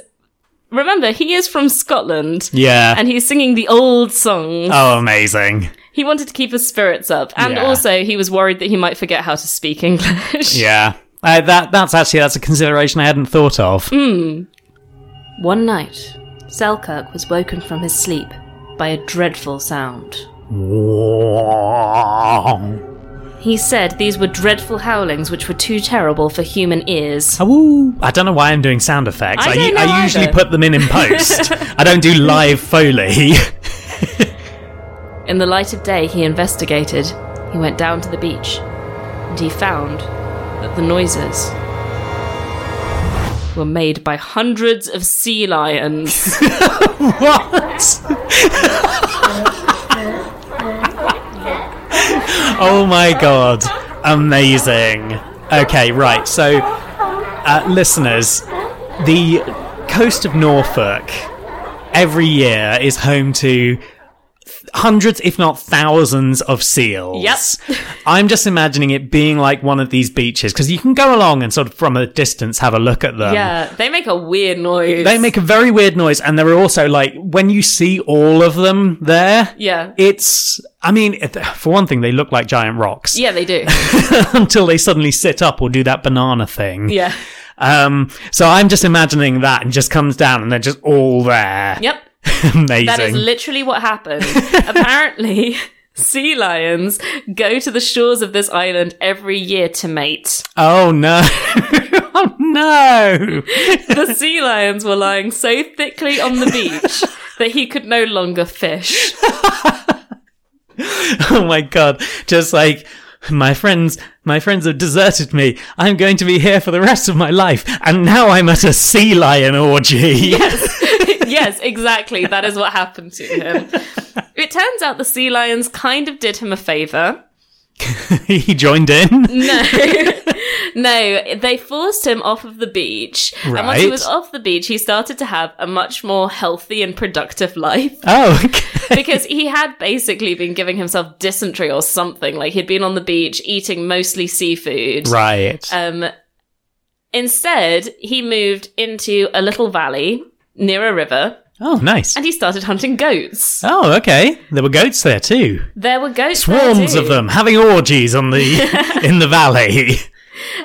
Speaker 2: remember, he is from Scotland.
Speaker 1: Yeah.
Speaker 2: And he's singing the old songs.
Speaker 1: oh, amazing.
Speaker 2: He wanted to keep his spirits up, and
Speaker 1: Yeah.
Speaker 2: also he was worried that he might forget how to speak English.
Speaker 1: Yeah. Uh, that that's actually that's a consideration I hadn't thought of.
Speaker 2: Mm. One night, Selkirk was woken from his sleep by a dreadful sound. He said these were dreadful howlings which were too terrible for human ears.
Speaker 1: Woo. I don't know why I'm doing sound effects.
Speaker 2: I
Speaker 1: I,
Speaker 2: don't know
Speaker 1: I usually
Speaker 2: either.
Speaker 1: put them in in post. I don't do live foley.
Speaker 2: In the light of day, he investigated. He went down to the beach, and he found that the noises were made by hundreds of sea lions.
Speaker 1: what? oh my god. Amazing. Okay, right. So, uh, listeners, the coast of Norfolk every year is home to hundreds, if not thousands, of seals.
Speaker 2: Yep.
Speaker 1: I'm just imagining it being like one of these beaches because you can go along and sort of from a distance have a look at them.
Speaker 2: yeah, they make a weird noise.
Speaker 1: They make a very weird noise, and there are also like when you see all of them there.
Speaker 2: Yeah.
Speaker 1: It's, I mean, it- for one thing, they look like giant rocks
Speaker 2: yeah, they do.
Speaker 1: until they suddenly sit up or do that banana thing.
Speaker 2: Yeah.
Speaker 1: Um, so I'm just imagining that and just comes down and they're just all there.
Speaker 2: Yep.
Speaker 1: Amazing.
Speaker 2: That is literally what happened. Apparently, sea lions go to the shores of this island every year to mate.
Speaker 1: oh no. oh no.
Speaker 2: The sea lions were lying so thickly on the beach that he could no longer fish.
Speaker 1: Oh my god. Just like my friends, my friends have deserted me. I'm going to be here for the rest of my life, and now I'm at a sea lion orgy.
Speaker 2: yes, exactly. That is what happened to him. It turns out the sea lions kind of did him a favor.
Speaker 1: he joined in.
Speaker 2: No, no, they forced him off of the beach. And once he
Speaker 1: Right.
Speaker 2: was off the beach, he started to have a much more healthy and productive life
Speaker 1: Oh, okay.
Speaker 2: because he had basically been giving himself dysentery or something. Like he'd been on the beach eating mostly seafood.
Speaker 1: right.
Speaker 2: Um, instead, he moved into a little valley near a river
Speaker 1: oh, nice.
Speaker 2: and he started hunting goats.
Speaker 1: Oh, okay. There were goats there too.
Speaker 2: There were goats. there
Speaker 1: Swarms
Speaker 2: too.
Speaker 1: of them having orgies on the in the valley.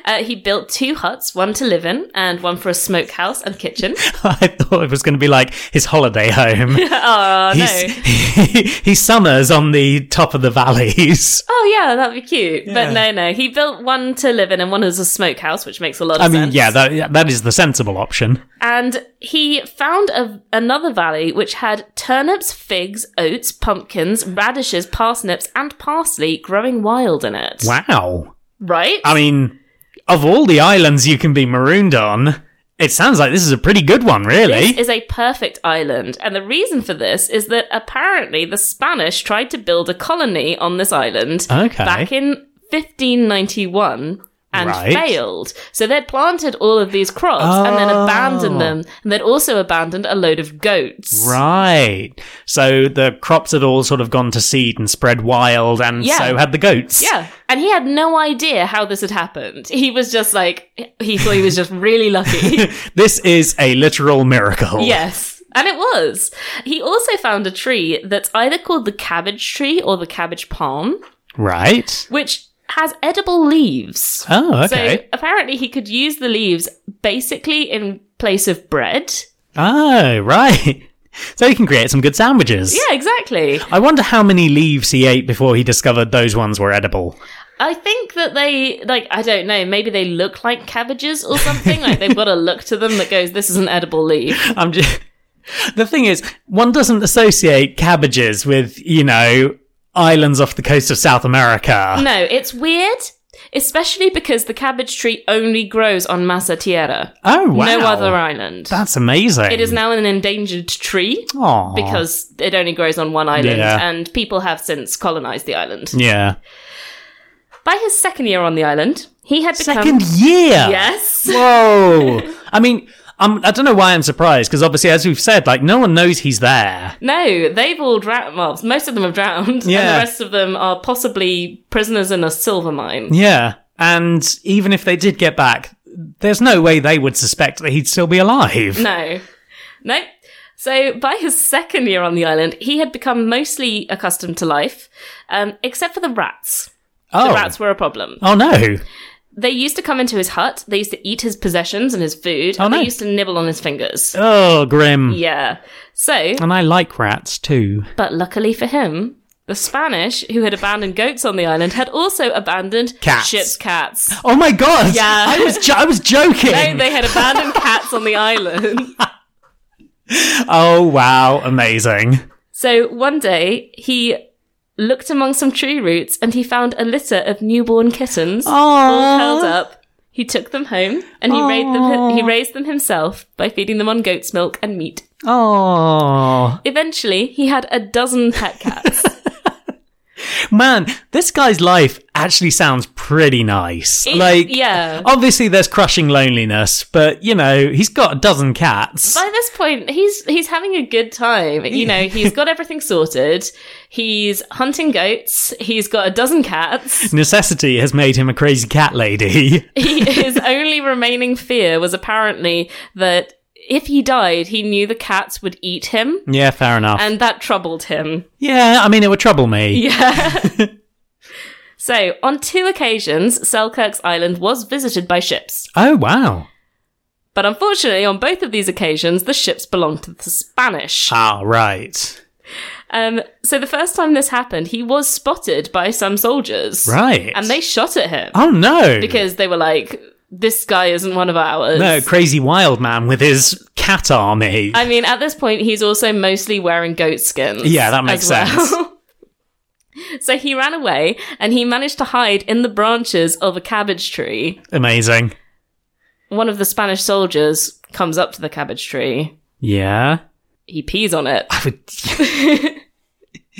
Speaker 2: Uh, he built two huts, one to live in and one for a smokehouse and kitchen.
Speaker 1: I thought it was going to be like his holiday home.
Speaker 2: oh,
Speaker 1: He's-
Speaker 2: no.
Speaker 1: he, he summers on the top of the valleys.
Speaker 2: Oh, yeah, that'd be cute.
Speaker 1: Yeah.
Speaker 2: But no, no. He built one to live in and one as a smokehouse, which makes a lot of
Speaker 1: I mean,
Speaker 2: sense.
Speaker 1: yeah, that that is the sensible option.
Speaker 2: And he found a, another valley which had turnips, figs, oats, pumpkins, radishes, parsnips, and parsley growing wild in it.
Speaker 1: Wow. Uh,
Speaker 2: Right?
Speaker 1: I mean, of all the islands you can be marooned on, it sounds like this is a pretty good one,
Speaker 2: This
Speaker 1: really.
Speaker 2: is a perfect island, and the reason for this is that apparently the Spanish tried to build a colony on this island
Speaker 1: Okay.
Speaker 2: back in 1591 and
Speaker 1: Right.
Speaker 2: failed. So they'd planted all of these crops and then
Speaker 1: Oh.
Speaker 2: abandoned them, and they'd also abandoned a load of goats.
Speaker 1: Right. So the crops had all sort of gone to seed and spread wild, and
Speaker 2: Yeah.
Speaker 1: so had the goats.
Speaker 2: Yeah, and he had no idea how this had happened. He was just like, he thought he was just really lucky.
Speaker 1: This is a literal miracle.
Speaker 2: Yes. And it was. He also found a tree that's either called the cabbage tree or the cabbage palm,
Speaker 1: Right.
Speaker 2: which has edible leaves.
Speaker 1: Oh, okay.
Speaker 2: So apparently he could use the leaves basically in place of bread.
Speaker 1: Oh, right. So he can create some good sandwiches.
Speaker 2: Yeah, exactly.
Speaker 1: I wonder how many leaves he ate before he discovered those ones were edible.
Speaker 2: I think that they like I don't know, maybe they look like cabbages or something. like they've got a look to them that goes, This is an edible leaf.
Speaker 1: I'm just. The thing is, one doesn't associate cabbages with, you know, islands off the coast of South America.
Speaker 2: No, it's weird. Especially because the cabbage tree only grows on Masa Tierra.
Speaker 1: Oh, wow.
Speaker 2: No other island.
Speaker 1: That's amazing.
Speaker 2: It is now an endangered tree
Speaker 1: Aw.
Speaker 2: because it only grows on one island,
Speaker 1: Yeah.
Speaker 2: and people have since colonized the island.
Speaker 1: Yeah.
Speaker 2: By his second year on the island, he had become
Speaker 1: Second year.
Speaker 2: yes,
Speaker 1: Whoa. I mean, I'm, I don't know why I'm surprised because obviously, as we've said, like, no one knows he's there.
Speaker 2: no, they've all drowned. Well, most of them have drowned, and
Speaker 1: Yeah.
Speaker 2: the rest of them are possibly prisoners in a silver mine.
Speaker 1: Yeah. And even if they did get back, there's no way they would suspect that he'd still be alive.
Speaker 2: No, no. So by his second year on the island, he had become mostly accustomed to life, um, except for the rats. The
Speaker 1: oh.
Speaker 2: rats were a problem.
Speaker 1: oh, no.
Speaker 2: They used to come into his hut. They used to eat his possessions and his food. and they
Speaker 1: nice.
Speaker 2: used to nibble on his fingers.
Speaker 1: Oh, grim.
Speaker 2: Yeah. So,
Speaker 1: And I like rats too.
Speaker 2: but luckily for him, the Spanish, who had abandoned goats on the island, had also abandoned
Speaker 1: Cats.
Speaker 2: ship's cats.
Speaker 1: Oh my god!
Speaker 2: Yeah.
Speaker 1: I was jo- I was joking.
Speaker 2: No, they had abandoned cats on the island.
Speaker 1: oh wow, amazing!
Speaker 2: So one day he looked among some tree roots and he found a litter of newborn kittens all
Speaker 1: Aww.
Speaker 2: curled up. He took them home and he raised them. He raised them himself by feeding them on goat's milk and meat.
Speaker 1: Oh,
Speaker 2: Eventually, he had a dozen pet cats.
Speaker 1: Man, this guy's life actually sounds pretty nice.
Speaker 2: It-
Speaker 1: like,
Speaker 2: yeah.
Speaker 1: Obviously, there's crushing loneliness, but you know, he's got a dozen cats.
Speaker 2: By this point, he's he's having a good time. You know, he's got everything sorted. He's hunting goats. He's got a dozen cats.
Speaker 1: Necessity has made him a crazy cat lady.
Speaker 2: He, his only remaining fear was apparently that if he died, he knew the cats would eat him,
Speaker 1: yeah, fair enough.
Speaker 2: and that troubled him.
Speaker 1: yeah, I mean, it would trouble me.
Speaker 2: Yeah. so, on two occasions, Selkirk's island was visited by ships.
Speaker 1: Oh, wow.
Speaker 2: But unfortunately, on both of these occasions, the ships belonged to the Spanish.
Speaker 1: Ah, right.
Speaker 2: Um, so the first time this happened, he was spotted by some soldiers.
Speaker 1: Right.
Speaker 2: And they shot at him
Speaker 1: Oh, no.
Speaker 2: because they were like, this guy isn't one of ours.
Speaker 1: No, crazy wild man with his cat army.
Speaker 2: I mean, at this point, he's also mostly wearing goat skins.
Speaker 1: Yeah, that makes
Speaker 2: as well. so he ran away and he managed to hide in the branches of a cabbage tree.
Speaker 1: Amazing.
Speaker 2: One of the Spanish soldiers comes up to the cabbage tree.
Speaker 1: Yeah.
Speaker 2: He pees on it.
Speaker 1: I would.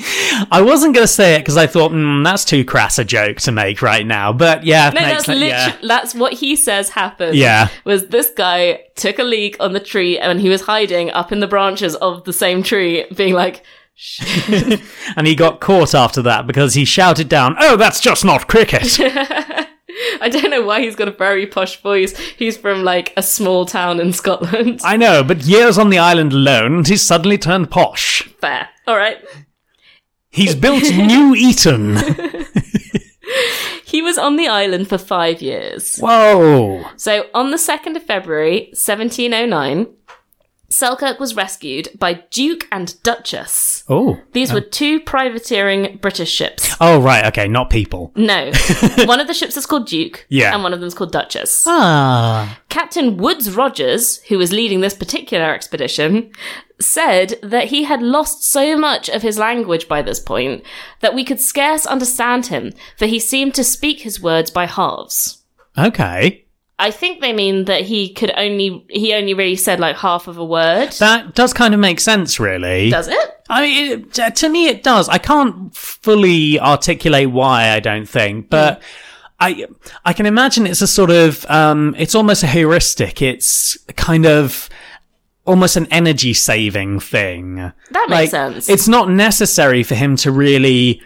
Speaker 1: I wasn't going to say it because I thought mm, that's too crass a joke to make right now. But yeah,
Speaker 2: No,
Speaker 1: makes
Speaker 2: that's
Speaker 1: sense,
Speaker 2: literally
Speaker 1: yeah.
Speaker 2: that's what he says happened.
Speaker 1: Yeah.
Speaker 2: was this guy took a leak on the tree and he was hiding up in the branches of the same tree, being like, "Shit."
Speaker 1: And he got caught after that because he shouted down, "Oh, that's just not cricket."
Speaker 2: I don't know why he's got a very posh voice. He's from like a small town in Scotland.
Speaker 1: I know, but years on the island alone, and he's suddenly turned posh.
Speaker 2: Fair, all right.
Speaker 1: He's built New Eton.
Speaker 2: He was on the island for five years.
Speaker 1: Whoa!
Speaker 2: So on the second of February, seventeen oh nine. Selkirk was rescued by Duke and Duchess.
Speaker 1: Oh.
Speaker 2: These were two privateering British ships.
Speaker 1: Oh right. Okay. Not people.
Speaker 2: No. one of the ships is called Duke.
Speaker 1: Yeah.
Speaker 2: And one of them's called Duchess.
Speaker 1: Ah.
Speaker 2: Captain Woods Rogers, who was leading this particular expedition, said that he had lost so much of his language by this point that we could scarce understand him, for he seemed to speak his words by halves.
Speaker 1: Okay.
Speaker 2: I think they mean that he could only he only really said like half of a word.
Speaker 1: That does kind of make sense, really.
Speaker 2: Does it?
Speaker 1: I mean, it, t- to me, it does. I can't fully articulate why. I don't think, but I I can imagine it's a sort of um, it's almost a heuristic. It's kind of almost an energy saving thing.
Speaker 2: That
Speaker 1: Like,
Speaker 2: makes sense.
Speaker 1: It's not necessary for him to really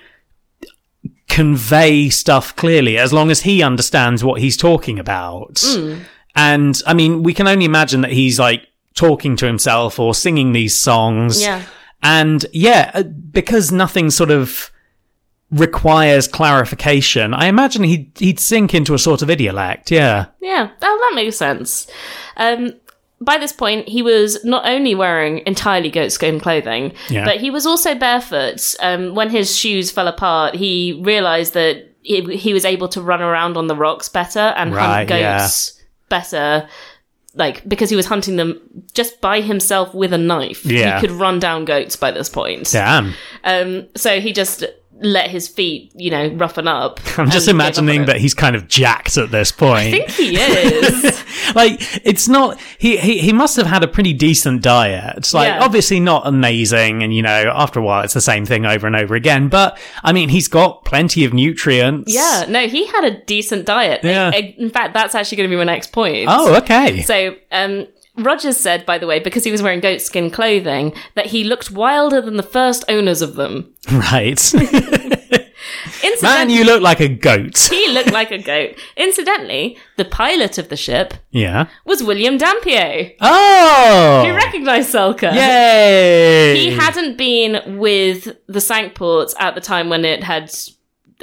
Speaker 1: convey stuff clearly as long as he understands what he's talking about.
Speaker 2: Hmm.
Speaker 1: And I mean, we can only imagine that he's like talking to himself or singing these songs.
Speaker 2: Yeah.
Speaker 1: And yeah, uh, because nothing sort of requires clarification, I imagine he'd, he'd sink into a sort of idiolect. Yeah.
Speaker 2: Yeah, that, that makes sense. Um, by this point, he was not only wearing entirely goatskin clothing,
Speaker 1: Yeah.
Speaker 2: but he was also barefoot. Um, when his shoes fell apart, he realized that he, he was able to run around on the rocks better and
Speaker 1: Right,
Speaker 2: hunt goats better. Like, because he was hunting them just by himself with a knife.
Speaker 1: Yeah.
Speaker 2: He could run down goats by this point.
Speaker 1: Damn.
Speaker 2: Um, so he just let his feet, you know, roughen up.
Speaker 1: I'm just imagining that he's kind of jacked at this point.
Speaker 2: I think he is.
Speaker 1: like it's not he, he he must have had a pretty decent diet It's like
Speaker 2: Yeah.
Speaker 1: obviously not amazing and you know after a while it's the same thing over and over again but i mean he's got plenty of nutrients
Speaker 2: Yeah, no, he had a decent diet.
Speaker 1: Yeah.
Speaker 2: I- In fact, that's actually going to be my next point.
Speaker 1: oh okay
Speaker 2: So, um, Rogers said, by the way, because he was wearing goatskin clothing, that he looked wilder than the first owners of them.
Speaker 1: right man
Speaker 2: Incidentally,
Speaker 1: you look like a goat
Speaker 2: he looked like a goat. Incidentally, the pilot of the ship
Speaker 1: yeah
Speaker 2: was William Dampier,
Speaker 1: oh
Speaker 2: who recognized Selkirk.
Speaker 1: yay
Speaker 2: He hadn't been with the Sankports at the time when it had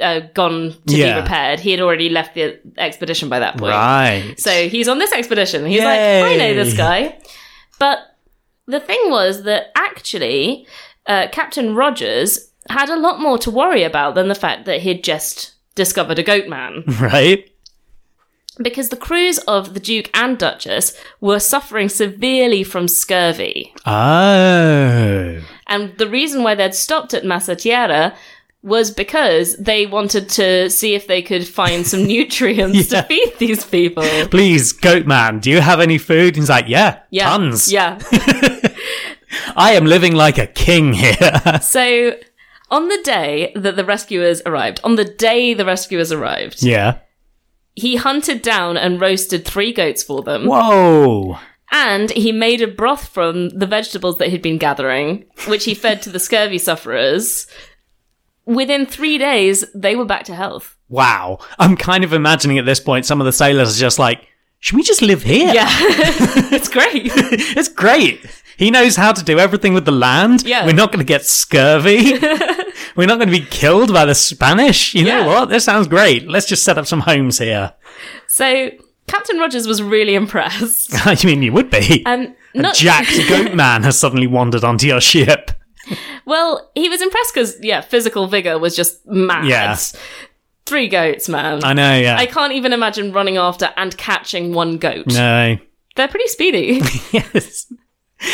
Speaker 2: uh, gone to
Speaker 1: Yeah.
Speaker 2: be repaired. He had already left the expedition by that point.
Speaker 1: right
Speaker 2: So he's on this expedition. He's
Speaker 1: Yay.
Speaker 2: like, I know this guy. But the thing was that actually, uh, Captain Rogers had a lot more to worry about than the fact that he'd just discovered a goat man.
Speaker 1: right
Speaker 2: because the crews of the Duke and Duchess were suffering severely from scurvy.
Speaker 1: oh
Speaker 2: And the reason why they'd stopped at Masatiera was because they wanted to see if they could find some nutrients
Speaker 1: Yeah.
Speaker 2: to feed these people.
Speaker 1: please goat man do you have any food and he's like yeah,
Speaker 2: Yeah.
Speaker 1: tons
Speaker 2: Yeah.
Speaker 1: i am living like a king here
Speaker 2: So On the day that the rescuers arrived, on the day the rescuers arrived,
Speaker 1: Yeah.
Speaker 2: he hunted down and roasted three goats for them.
Speaker 1: Whoa.
Speaker 2: And he made a broth from the vegetables that he'd been gathering, which he fed to the scurvy sufferers. Within three days, they were back to health.
Speaker 1: Wow. I'm kind of imagining at this point some of the sailors are just like, should we just live here?
Speaker 2: Yeah. it's great.
Speaker 1: it's great. He knows how to do everything with the land.
Speaker 2: Yeah.
Speaker 1: We're not going to get scurvy. We're not going to be killed by the Spanish. You
Speaker 2: Yeah.
Speaker 1: know what? This sounds great. Let's just set up some homes here.
Speaker 2: So Captain Rogers was really impressed.
Speaker 1: I mean, you would be.
Speaker 2: Um, not
Speaker 1: Jacked goat man has suddenly wandered onto your ship.
Speaker 2: well, he was impressed because yeah, physical vigor was just mad.
Speaker 1: Yeah.
Speaker 2: Three goats, man.
Speaker 1: I know, yeah.
Speaker 2: I can't even imagine running after and catching one goat.
Speaker 1: no.
Speaker 2: They're pretty speedy.
Speaker 1: yes.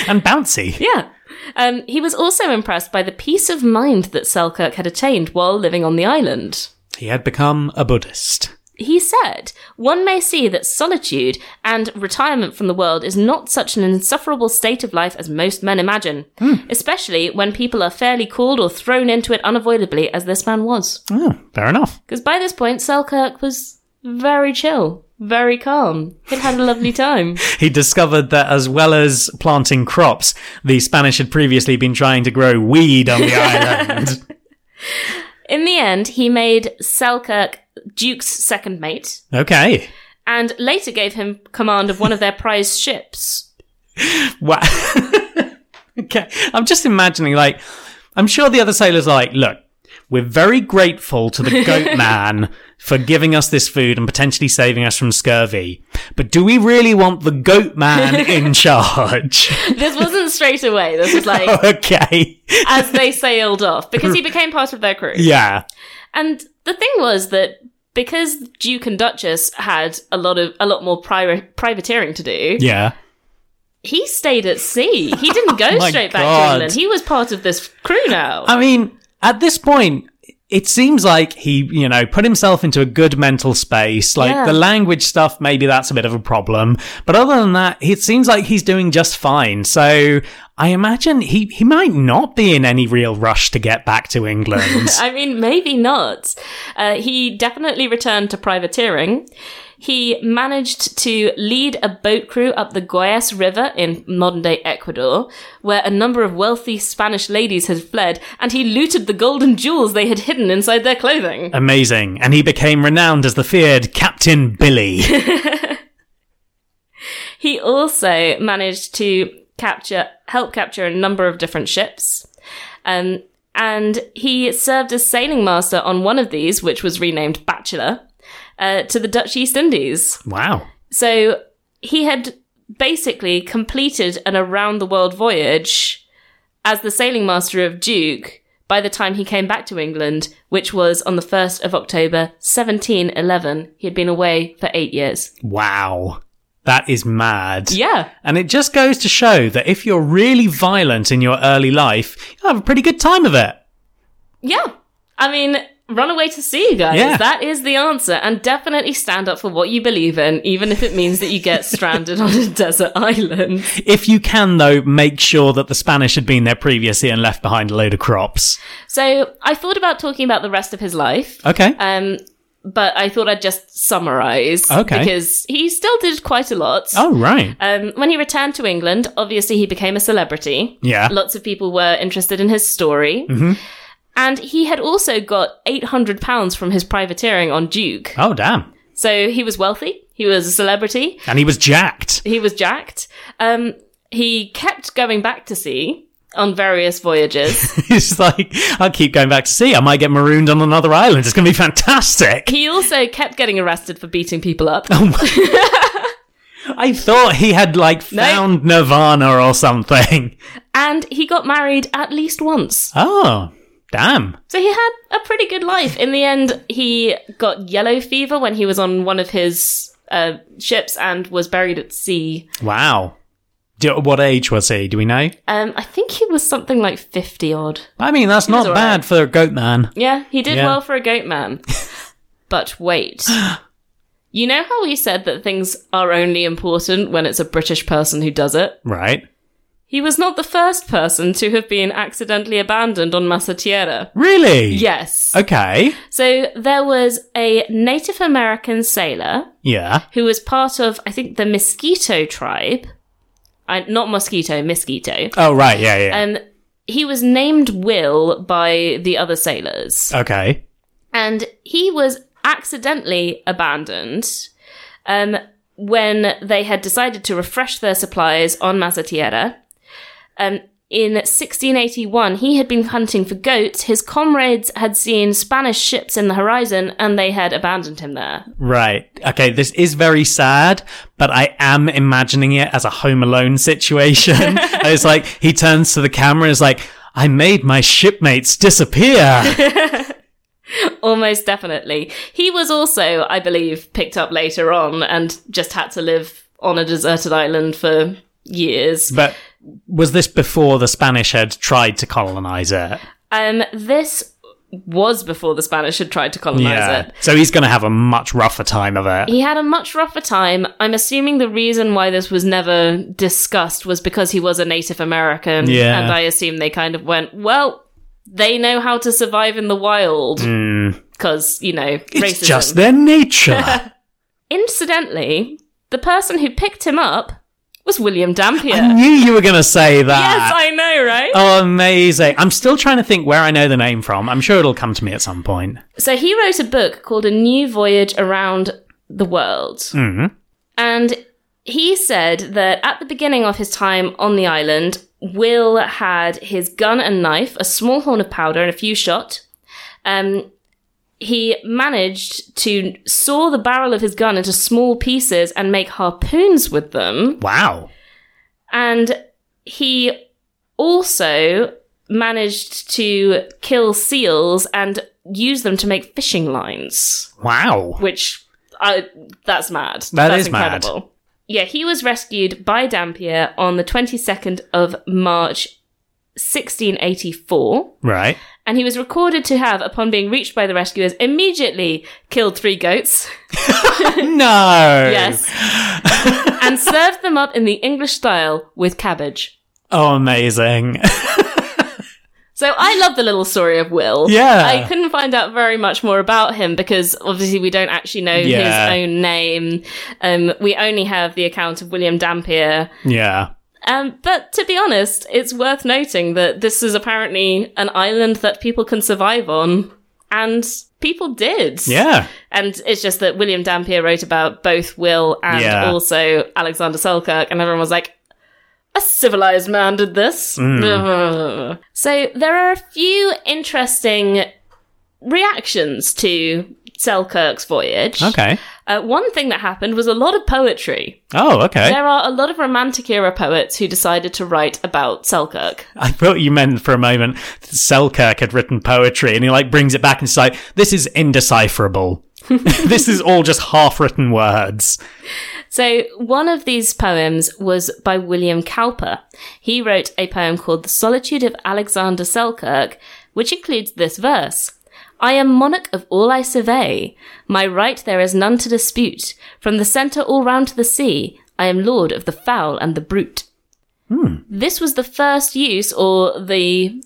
Speaker 1: And bouncy.
Speaker 2: yeah. Um, he was also impressed by the peace of mind that Selkirk had attained while living on the island.
Speaker 1: He had become a Buddhist.
Speaker 2: He said, One may see that solitude and retirement from the world is not such an insufferable state of life as most men imagine, especially when people are fairly called or thrown into it unavoidably, as this man was.
Speaker 1: Oh, fair enough.
Speaker 2: Because by this point, Selkirk was very chill, very calm. He'd had a lovely time.
Speaker 1: He discovered that as well as planting crops, the Spanish had previously been trying to grow weed on the island.
Speaker 2: In the end, he made Selkirk Duke's second mate
Speaker 1: Okay.
Speaker 2: and later gave him command of one of their prize ships.
Speaker 1: Wow. okay. I'm just imagining, like, I'm sure the other sailors are like, look, we're very grateful to the goat man for giving us this food and potentially saving us from scurvy. But do we really want the goat man in charge?
Speaker 2: This wasn't straight away. This was like
Speaker 1: okay.
Speaker 2: as they sailed off because he became part of their crew.
Speaker 1: Yeah.
Speaker 2: And the thing was that because Duke and Duchess had a lot of a lot more pri- privateering to do,
Speaker 1: Yeah.
Speaker 2: he stayed at sea. He didn't go
Speaker 1: my
Speaker 2: straight back to
Speaker 1: God.
Speaker 2: England. He was part of this crew now.
Speaker 1: I mean, at this point, it seems like he, you know, put himself into a good mental space. Like
Speaker 2: Yeah.
Speaker 1: the language stuff, maybe that's a bit of a problem. But other than that, it seems like he's doing just fine. So I imagine he, he might not be in any real rush to get back to England.
Speaker 2: I mean, maybe not. Uh, he definitely returned to privateering. He managed to lead a boat crew up the Guayas River in modern day Ecuador, where a number of wealthy Spanish ladies had fled, and he looted the golden jewels they had hidden inside their clothing.
Speaker 1: Amazing. And he became renowned as the feared Captain Billy.
Speaker 2: He also managed to capture, help capture a number of different ships. Um, and he served as sailing master on one of these, which was renamed Bachelor, uh, to the Dutch East Indies.
Speaker 1: wow.
Speaker 2: So he had basically completed an around the world voyage as the sailing master of Duke by the time he came back to England, which was on the 1st of October 1711. He had been away for eight years.
Speaker 1: Wow. That is mad.
Speaker 2: Yeah.
Speaker 1: And it just goes to show that if you're really violent in your early life, you'll have a pretty good time of it.
Speaker 2: Yeah. I mean, run away to sea, guys.
Speaker 1: Yeah.
Speaker 2: That is the answer. And definitely stand up for what you believe in, even if it means that you get stranded on a desert island.
Speaker 1: If you can, though, make sure that the Spanish had been there previously and left behind a load of crops.
Speaker 2: So I thought about talking about the rest of his life.
Speaker 1: Okay.
Speaker 2: Um, but I thought I'd just summarize.
Speaker 1: Okay.
Speaker 2: Because he still did quite a lot.
Speaker 1: oh, right.
Speaker 2: Um, when he returned to England, obviously he became a celebrity.
Speaker 1: Yeah.
Speaker 2: Lots of people were interested in his story.
Speaker 1: Mm-hmm.
Speaker 2: And he had also got £800 from his privateering on Duke.
Speaker 1: Oh, damn.
Speaker 2: So he was wealthy, he was a celebrity,
Speaker 1: And he was jacked.
Speaker 2: he was jacked. Um, he kept going back to sea on various voyages.
Speaker 1: He's like, I'll keep going back to sea. I might get marooned on another island. It's going to be fantastic.
Speaker 2: he also kept getting arrested for beating people up.
Speaker 1: Oh. I thought he had, like, found Nirvana or something.
Speaker 2: And he got married at least once.
Speaker 1: Oh, damn.
Speaker 2: So he had a pretty good life. In the end, he got yellow fever when he was on one of his uh, ships and was buried at sea.
Speaker 1: Wow. Do, what age was he? Do we know?
Speaker 2: Um, I think he was something like 50 odd.
Speaker 1: I mean, that's
Speaker 2: was
Speaker 1: not
Speaker 2: alright.
Speaker 1: bad for a goat man.
Speaker 2: Yeah, he did
Speaker 1: Yeah.
Speaker 2: well for a goat man. but wait. You know how we said that things are only important when it's a British person who does it?
Speaker 1: Right.
Speaker 2: He was not the first person to have been accidentally abandoned on Masa Tierra.
Speaker 1: Really?
Speaker 2: Yes.
Speaker 1: Okay.
Speaker 2: So there was a Native American sailor
Speaker 1: Yeah.
Speaker 2: who was part of, I think, the Mosquito tribe. I, not mosquito, mosquito.
Speaker 1: Oh, right. Yeah, yeah.
Speaker 2: And he was named Will by the other sailors.
Speaker 1: okay.
Speaker 2: And he was accidentally abandoned um, when they had decided to refresh their supplies on Mazatiera. Um, in 1681, he had been hunting for goats. His comrades had seen Spanish ships in the horizon and they had abandoned him there.
Speaker 1: Right. Okay. This is very sad, but I am imagining it as a Home Alone situation. And it's like he turns to the camera and is like, I made my shipmates disappear.
Speaker 2: Almost definitely. He was also, I believe, picked up later on and just had to live on a deserted island for years.
Speaker 1: but was this before the Spanish had tried to colonize it?
Speaker 2: Um, this was before the Spanish had tried to colonize it.
Speaker 1: So he's going to have a much rougher time of it.
Speaker 2: He had a much rougher time. I'm assuming the reason why this was never discussed was because he was a Native American.
Speaker 1: Yeah.
Speaker 2: And I assume they kind of went, well, they know how to survive in the wild. Because, you know,
Speaker 1: Hmm. It's
Speaker 2: racism.
Speaker 1: just their nature.
Speaker 2: Incidentally, the person who picked him up was William Dampier.
Speaker 1: I knew you were going to say
Speaker 2: Yes,
Speaker 1: that.
Speaker 2: I know, right?
Speaker 1: oh, amazing. I'm still trying to think where I know the name from. I'm sure it'll come to me at some point.
Speaker 2: So he wrote a book called A New Voyage Around the World.
Speaker 1: Mm-hmm.
Speaker 2: And he said that at the beginning of his time on the island, Will had his gun and knife, a small horn of powder, and a few shot. Um, he managed to saw the barrel of his gun into small pieces and make harpoons with them.
Speaker 1: Wow.
Speaker 2: And he also managed to kill seals and use them to make fishing lines,
Speaker 1: Wow.
Speaker 2: which I, that's mad.
Speaker 1: That
Speaker 2: that's
Speaker 1: is mad.
Speaker 2: incredible. Yeah, he was rescued by Dampier on the 22nd of March 1684.
Speaker 1: Right.
Speaker 2: And he was recorded to have, upon being reached by the rescuers, immediately killed three goats.
Speaker 1: No.
Speaker 2: Yes. and served them up in the English style with cabbage.
Speaker 1: Oh, amazing.
Speaker 2: So I love the little story of Will.
Speaker 1: Yeah.
Speaker 2: I couldn't find out very much more about him because obviously we don't actually know
Speaker 1: Yeah.
Speaker 2: his own name. Um, we only have the account of William Dampier.
Speaker 1: yeah.
Speaker 2: Um, but to be honest, it's worth noting that this is apparently an island that people can survive on. And people did.
Speaker 1: Yeah.
Speaker 2: And it's just that William Dampier wrote about both Will and
Speaker 1: Yeah.
Speaker 2: also Alexander Selkirk, and everyone was like, a civilized man did this.
Speaker 1: Mm.
Speaker 2: Ugh. So there are a few interesting reactions to Selkirk's voyage.
Speaker 1: Okay.
Speaker 2: Uh, one thing that happened was a lot of poetry.
Speaker 1: Oh, okay.
Speaker 2: There are a lot of Romantic era poets who decided to write about Selkirk.
Speaker 1: I thought you meant for a moment that Selkirk had written poetry and he like brings it back and it's like, this is indecipherable. this is all just half written words.
Speaker 2: So, one of these poems was by William Cowper. He wrote a poem called The Solitude of Alexander Selkirk, which includes this verse. I am monarch of all I survey. My right there is none to dispute. From the centre all round to the sea, I am lord of the fowl and the brute. This was the first use, or the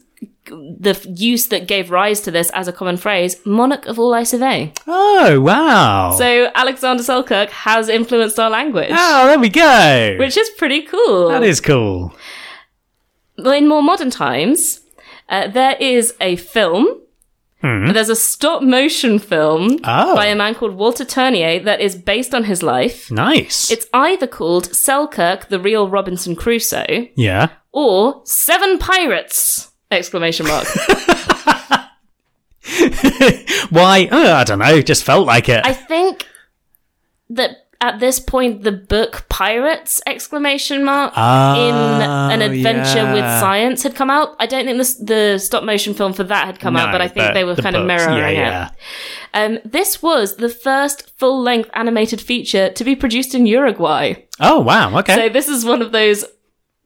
Speaker 2: the f- use that gave rise to this as a common phrase, monarch of all I survey.
Speaker 1: Oh, wow.
Speaker 2: So Alexander Selkirk has influenced our language.
Speaker 1: oh, there we go.
Speaker 2: Which is pretty cool.
Speaker 1: that is cool.
Speaker 2: In more modern times, uh, there is a film. There's a stop motion film
Speaker 1: Hmm. Oh.
Speaker 2: by a man called Walter Tournier that is based on his life.
Speaker 1: Nice.
Speaker 2: It's either called Selkirk, the real Robinson Crusoe,
Speaker 1: yeah.
Speaker 2: or Seven Pirates! Exclamation mark.
Speaker 1: Why? Oh, I don't know. Just felt like it.
Speaker 2: I think that at this point the book Pirates exclamation mark
Speaker 1: Ah.
Speaker 2: in an
Speaker 1: Oh,
Speaker 2: adventure with
Speaker 1: yeah.
Speaker 2: science had come out. I don't think this, the stop motion film for that had come
Speaker 1: No,
Speaker 2: out, but I think they were
Speaker 1: the
Speaker 2: kind of
Speaker 1: books.
Speaker 2: mirroring
Speaker 1: yeah,
Speaker 2: it. Um, this was the first full length animated feature to be produced in Uruguay.
Speaker 1: Yeah. Oh, wow. Okay.
Speaker 2: So this is one of those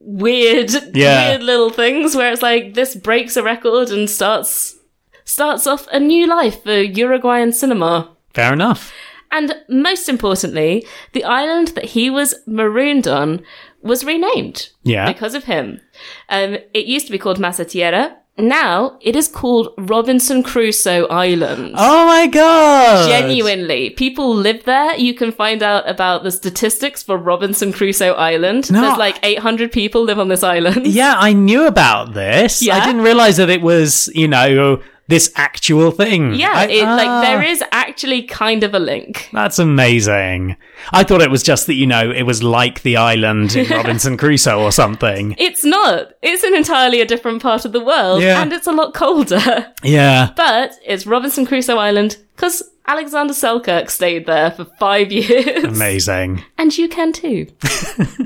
Speaker 2: weird,
Speaker 1: Yeah.
Speaker 2: weird little things where it's like this breaks a record and starts starts off a new life for Uruguayan cinema.
Speaker 1: Fair enough.
Speaker 2: And most importantly, the island that he was marooned on was renamed
Speaker 1: Yeah.
Speaker 2: because of him. Um, it used to be called Masatiera. Now it is called Robinson Crusoe Island.
Speaker 1: Oh my god!
Speaker 2: Genuinely, people live there. You can find out about the statistics for Robinson Crusoe Island.
Speaker 1: No,
Speaker 2: There's like 800 people live on this island.
Speaker 1: Yeah, I knew about this. I
Speaker 2: Yeah?
Speaker 1: didn't realize that it was, you know, this actual thing.
Speaker 2: Yeah,
Speaker 1: I-
Speaker 2: it,
Speaker 1: ah,
Speaker 2: like there is actually kind of a link.
Speaker 1: That's amazing. I thought it was just that, you know, it was like the island in Robinson Crusoe or something.
Speaker 2: It's not. It's an entirely a different part of the world,
Speaker 1: Yeah.
Speaker 2: and it's a lot colder.
Speaker 1: Yeah.
Speaker 2: But it's Robinson Crusoe Island because Alexander Selkirk stayed there for five years,
Speaker 1: Amazing.
Speaker 2: and you can too.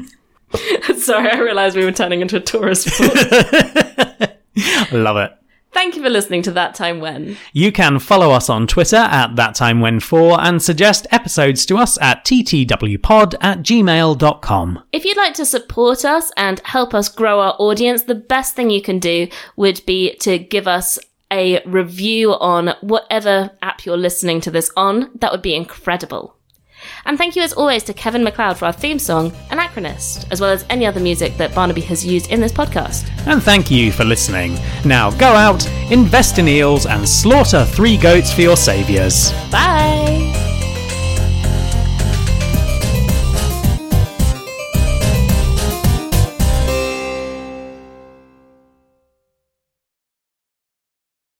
Speaker 2: Sorry, I realised we were turning into a tourist. spot.
Speaker 1: Love it.
Speaker 2: Thank you for listening to that time when.
Speaker 1: You can follow us on Twitter at that time when four and suggest episodes to us at ttwpod at gmail.com.
Speaker 2: If you'd like to support us and help us grow our audience, the best thing you can do would be to give us a review on whatever app you're listening to this on. That would be incredible. And thank you as always to Kevin McLeod for our theme song, Anachronist, as well as any other music that Barnaby has used in this podcast.
Speaker 1: And thank you for listening. Now go out, invest in eels, and slaughter three goats for your saviours.
Speaker 2: Bye!